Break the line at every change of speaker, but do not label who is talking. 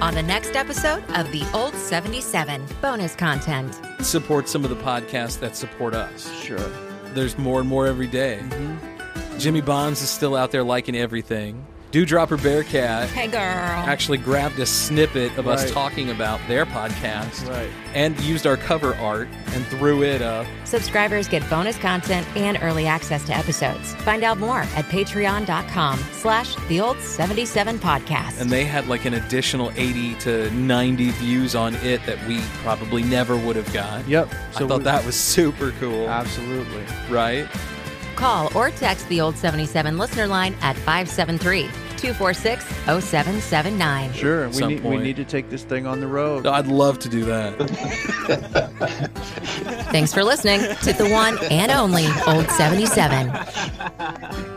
on the next episode of The Old 77 bonus content.
Support some of the podcasts that support us.
Sure.
There's more and more every day.
Mm-hmm.
Jimmy Bonds is still out there liking everything. Dewdropper Bearcat
Hey, girl.
actually grabbed a snippet of us
Right.
talking about their podcast
Right.
and used our cover art and threw it up.
Subscribers get bonus content and early access to episodes. Find out more at patreon.com slash the old 77 podcast.
And they had like an additional 80 to 90 views on it that we probably never would have got.
Yep.
I thought
we-
that was super cool,
Absolutely.
right?
Call or text the old 77 listener line at 573-246-0779.
Sure. We
Some
need, we
point.
need to take this thing on the road.
I'd love to do that.
Thanks for listening to the one and only old 77.